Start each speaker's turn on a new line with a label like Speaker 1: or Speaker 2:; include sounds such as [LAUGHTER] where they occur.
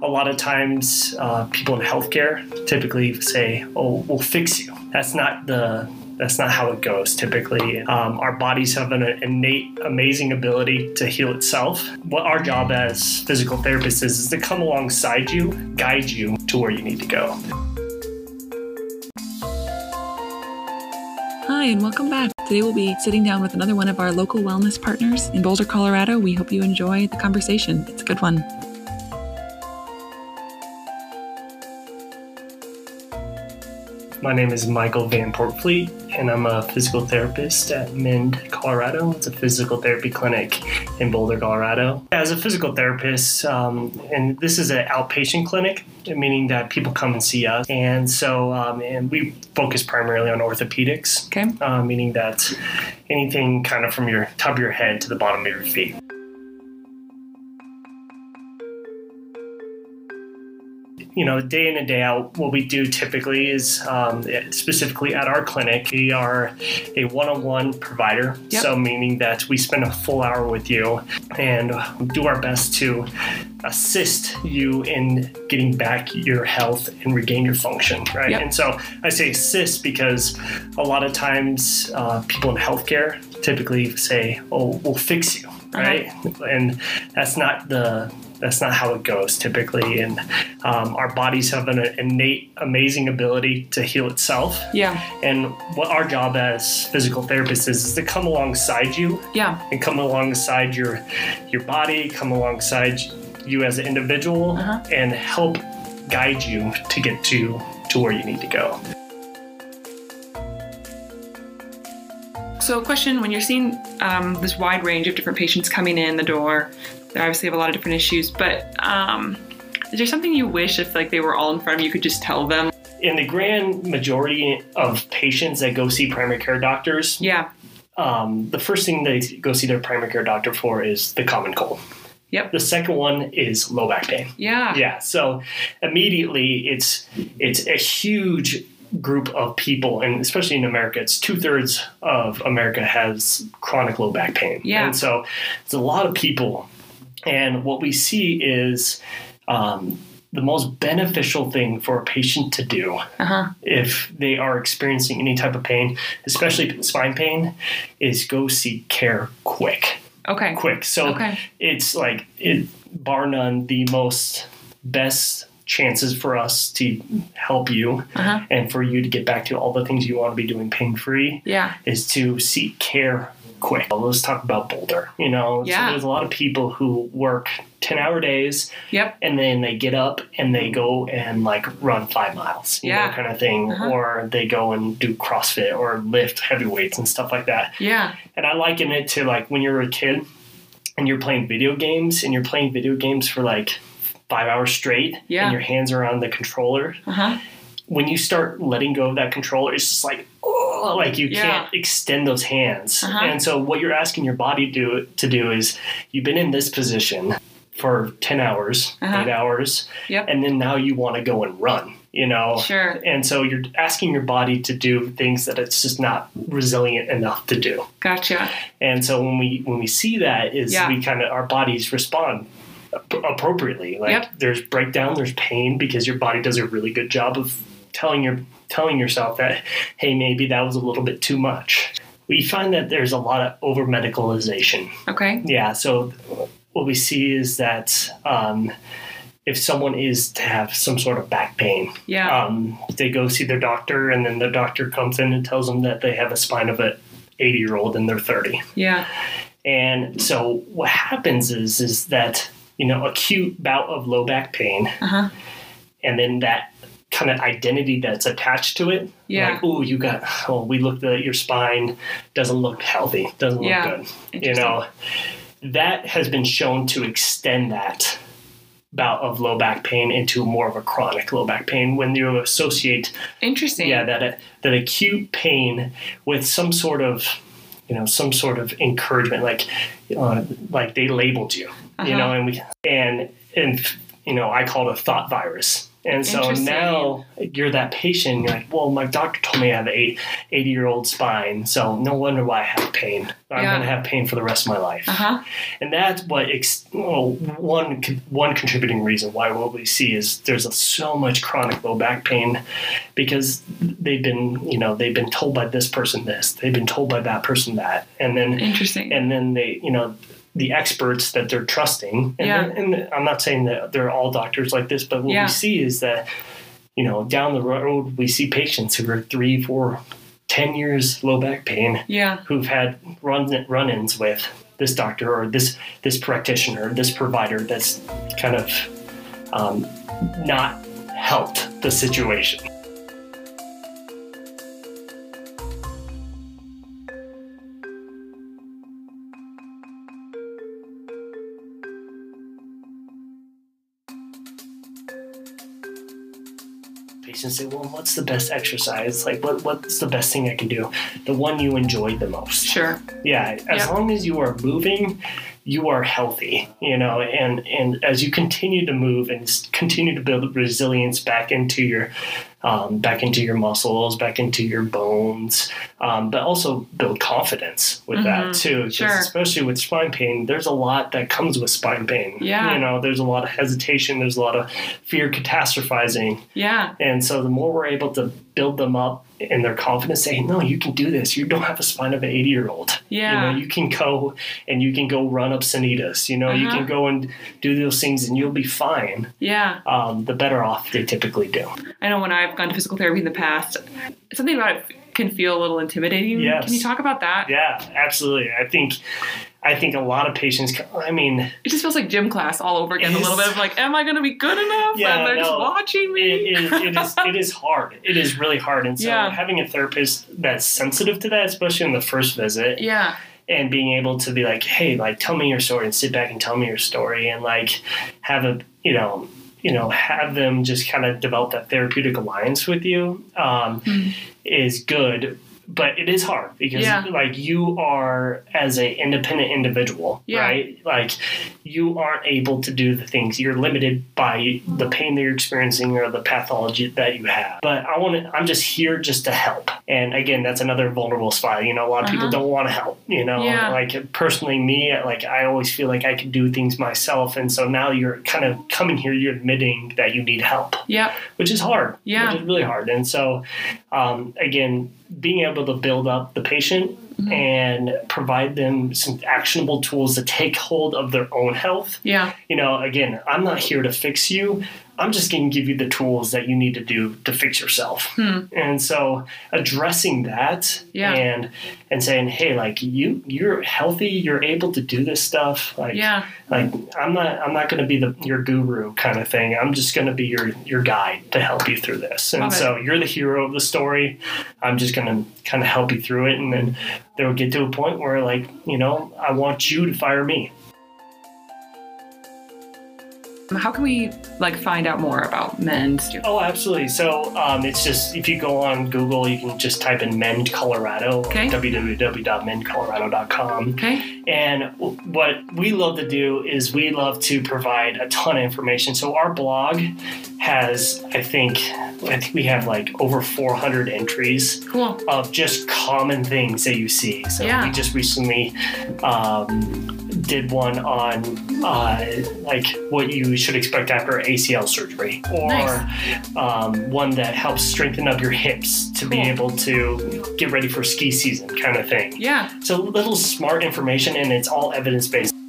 Speaker 1: a lot of times uh, people in healthcare typically say, "Oh, we'll fix you." That's not the that's not how it goes typically. Um, our bodies have an innate, amazing ability to heal itself. What our job as physical therapists is, is to come alongside you, guide you to where you need to go.
Speaker 2: Hi, and welcome back. Today we'll be sitting down with another one of our local wellness partners in Boulder, Colorado. We hope you enjoy the conversation, it's a good one.
Speaker 1: My name is Michael Van Portfleet, and I'm a physical therapist at Mend, Colorado. It's a physical therapy clinic in Boulder, Colorado. As a physical therapist, um, and this is an outpatient clinic, meaning that people come and see us, and so um, and we focus primarily on orthopedics,
Speaker 2: Okay.
Speaker 1: uh, meaning that anything kind of from your top of your head to the bottom of your feet. you know, day in and day out, what we do typically is um, specifically at our clinic, we are a one on one provider.
Speaker 2: Yep.
Speaker 1: So, meaning that we spend a full hour with you and do our best to assist you in getting back your health and regain your function, right?
Speaker 2: Yep.
Speaker 1: And so I say assist because a lot of times uh, people in healthcare typically say, oh, we'll fix you,
Speaker 2: Uh-huh.
Speaker 1: right? And that's not the that's not how it goes typically. And um, our bodies have an innate, amazing ability to heal itself.
Speaker 2: Yeah.
Speaker 1: And what our job as physical therapists is, is to come alongside you
Speaker 2: Yeah.
Speaker 1: and come alongside your your body, come alongside you as an individual,
Speaker 2: Uh-huh.
Speaker 1: and help guide you to get to to where you need to go.
Speaker 3: So, a question when you're seeing um, this wide range of different patients coming in the door, they obviously have a lot of different issues, but um, is there something you wish if like they were all in front of you, you could just tell them?
Speaker 1: In the grand majority of patients that go see primary care doctors,
Speaker 3: Yeah.
Speaker 1: um, the first thing they go see their primary care doctor for is the common cold.
Speaker 3: Yep.
Speaker 1: The second one is low back pain.
Speaker 3: Yeah.
Speaker 1: yeah so immediately it's it's a huge group of people and especially in america it's two-thirds of america has chronic low back pain
Speaker 3: Yeah.
Speaker 1: and so it's a lot of people and what we see is um, the most beneficial thing for a patient to do
Speaker 3: Uh huh.
Speaker 1: if they are experiencing any type of pain especially spine pain is go seek care quick
Speaker 3: Okay.
Speaker 1: quick. So
Speaker 3: Okay.
Speaker 1: it's like it bar none the most best chances for us to help you
Speaker 3: Uh-huh.
Speaker 1: and for you to get back to all the things you want to be doing pain free
Speaker 3: Yeah.
Speaker 1: is to seek care quick. Well, Let's talk about Boulder. You know, So
Speaker 3: Yeah.
Speaker 1: there's a lot of people who work 10 hour days
Speaker 3: Yep.
Speaker 1: and then they get up and they go and like run five miles, you
Speaker 3: Yeah.
Speaker 1: know, kind of thing.
Speaker 3: Uh-huh.
Speaker 1: Or they go and do CrossFit or lift heavy weights and stuff like that
Speaker 3: Yeah.
Speaker 1: and I liken it to like when you're a kid and you're playing video games and you're playing video games for like five hours straight
Speaker 3: Yeah.
Speaker 1: and your hands are on the controller.
Speaker 3: Uh huh.
Speaker 1: When you start letting go of that controller, it's just like, oh, like you
Speaker 3: Yeah.
Speaker 1: can't extend those hands.
Speaker 3: Uh-huh.
Speaker 1: And so what you're asking your body to do, to do is you've been in this position for 10 hours,
Speaker 3: Uh-huh.
Speaker 1: eight hours,
Speaker 3: Yep.
Speaker 1: and then now you want to go and run, you know?
Speaker 3: Sure.
Speaker 1: And so you're asking your body to do things that it's just not resilient enough to do.
Speaker 3: Gotcha.
Speaker 1: And so when we when we see that is
Speaker 3: Yeah.
Speaker 1: we kind of our bodies respond ap- appropriately. Like
Speaker 3: Yep.
Speaker 1: there's breakdown, there's pain because your body does a really good job of telling your telling yourself that hey maybe that was a little bit too much. We find that there's a lot of over medicalization.
Speaker 3: Okay.
Speaker 1: Yeah. So what we see is that um, if someone is to have some sort of back pain,
Speaker 3: Yeah.
Speaker 1: um, they go see their doctor, and then the doctor comes in and tells them that they have a spine of a 80 year old and they're 30.
Speaker 3: yeah.
Speaker 1: And so what happens is is that you know acute bout of low back pain,
Speaker 3: Uh huh.
Speaker 1: and then that kind of identity that's attached to it.
Speaker 3: Yeah.
Speaker 1: Like, oh, you got. Oh, we looked at your spine. Doesn't look healthy. Doesn't look
Speaker 3: Yeah.
Speaker 1: good. You know, that has been shown to extend that bout of low back pain into more of a chronic low back pain when you associate
Speaker 3: Interesting.
Speaker 1: yeah that that acute pain with some sort of you know some sort of encouragement like uh, like they labeled you
Speaker 3: Uh-huh.
Speaker 1: you know and we and and you know i call it a thought virus And so
Speaker 3: Interesting.
Speaker 1: now you're that patient. You're like, well, my doctor told me I have an eight, 80 year old spine, so no wonder why I have pain. I'm
Speaker 3: Yeah.
Speaker 1: going to have pain for the rest of my life.
Speaker 3: Uh huh.
Speaker 1: And that's what ex- well, one con- one contributing reason why what we see is there's a, so much chronic low back pain because they've been you know they've been told by this person this, they've been told by that person that, and then
Speaker 3: Interesting.
Speaker 1: and then they you know the experts that they're trusting and,
Speaker 3: Yeah.
Speaker 1: and i'm not saying that they're all doctors like this but what
Speaker 3: Yeah.
Speaker 1: we see is that you know down the road we see patients who are three four ten years low back pain
Speaker 3: yeah.
Speaker 1: who've had run run-ins with this doctor or this this practitioner this provider that's kind of um, not helped the situation patients say well what's the best exercise like what, what's the best thing i can do the one you enjoyed the most
Speaker 3: Sure.
Speaker 1: yeah, as
Speaker 3: Yeah.
Speaker 1: long as you are moving, you are healthy, you know, and and as you continue to move and s- continue to build resilience back into your um, back into your muscles, back into your bones, um, but also build confidence with that
Speaker 3: Mhm.
Speaker 1: too. 'cause
Speaker 3: Sure.
Speaker 1: Especially with spine pain, there's a lot that comes with spine pain.
Speaker 3: Yeah.
Speaker 1: You know, there's a lot of hesitation, there's a lot of fear catastrophizing.
Speaker 3: Yeah.
Speaker 1: And so the more we're able to build them up in their confidence, say, no, you can do this. You don't have a spine of an 80 year old.
Speaker 3: Yeah.
Speaker 1: You know, you can go and you can go run up Sanitas. You know, you
Speaker 3: Uh-huh.
Speaker 1: can go and do those things and you'll be fine.
Speaker 3: Yeah.
Speaker 1: Um, the better off they typically do.
Speaker 3: I know when I've gone to physical therapy in the past, something about it can feel a little intimidating.
Speaker 1: Yes.
Speaker 3: Can you talk about that?
Speaker 1: Yeah, absolutely. I think, I think a lot of patients, I mean,
Speaker 3: It just feels like gym class all over again.
Speaker 1: It
Speaker 3: A little
Speaker 1: is-
Speaker 3: bit of like, am I going to be good enough?
Speaker 1: Yeah,
Speaker 3: and they're just
Speaker 1: no.
Speaker 3: watching me.
Speaker 1: it is, it [LAUGHS] is, it is hard. It is really hard. And so
Speaker 3: Yeah.
Speaker 1: having a therapist that's sensitive to that, especially in the first visit,
Speaker 3: yeah.
Speaker 1: and being able to be like, hey, like tell me your story and sit back and tell me your story and like have a you know you know have them just kind of develop that therapeutic alliance with you um, is good. But it is hard because
Speaker 3: Mm-hmm. Yeah.
Speaker 1: like you are as a independent individual,
Speaker 3: Yeah.
Speaker 1: right? Like you aren't able to do the things. You're limited by the pain that you're experiencing or the pathology that you have. But I want to. I'm just here just to help. And again, that's another vulnerable spot. You know, a lot of people
Speaker 3: Uh-huh.
Speaker 1: don't want to help. You know,
Speaker 3: Yeah.
Speaker 1: like personally, me, like I always feel like I can do things myself. And so now you're kind of coming here. You're admitting that you need help
Speaker 3: Yep.
Speaker 1: which is hard.
Speaker 3: Yeah.
Speaker 1: Which is really hard. And so, um, again, being able to build up the patient
Speaker 3: Mm-hmm.
Speaker 1: and provide them some actionable tools to take hold of their own health.
Speaker 3: Yeah.
Speaker 1: You know, again, I'm not here to fix you. I'm just going to give you the tools that you need to do to fix yourself. And so addressing that
Speaker 3: Hmm. Yeah.
Speaker 1: and and saying, "Hey, like you you're healthy, you're able to do this stuff." Like
Speaker 3: Yeah.
Speaker 1: like i'm not i'm not going to be the your guru kind of thing i'm just going to be your your guide to help you through this and
Speaker 3: Love it.
Speaker 1: so you're the hero of the story i'm just going to kind of help you through it and then they'll get to a point where like you know i want you to fire me
Speaker 3: How can we like find out more about men's?
Speaker 1: oh absolutely so um, it's just if you go on google you can just type in mend colorado
Speaker 3: Okay.
Speaker 1: www.mendcolorado.com
Speaker 3: Okay.
Speaker 1: And w- what we love to do is we love to provide a ton of information. So our blog has, I think, I think we have like over 400 entries
Speaker 3: Cool.
Speaker 1: of just common things that you see. So
Speaker 3: Yeah.
Speaker 1: we just recently um, did one on uh, like what you should expect after ACL surgery, or
Speaker 3: Nice.
Speaker 1: um, one that helps strengthen up your hips to be
Speaker 3: Cool.
Speaker 1: able to get ready for ski season, kind of thing.
Speaker 3: Yeah.
Speaker 1: So little smart information, and it's all evidence based.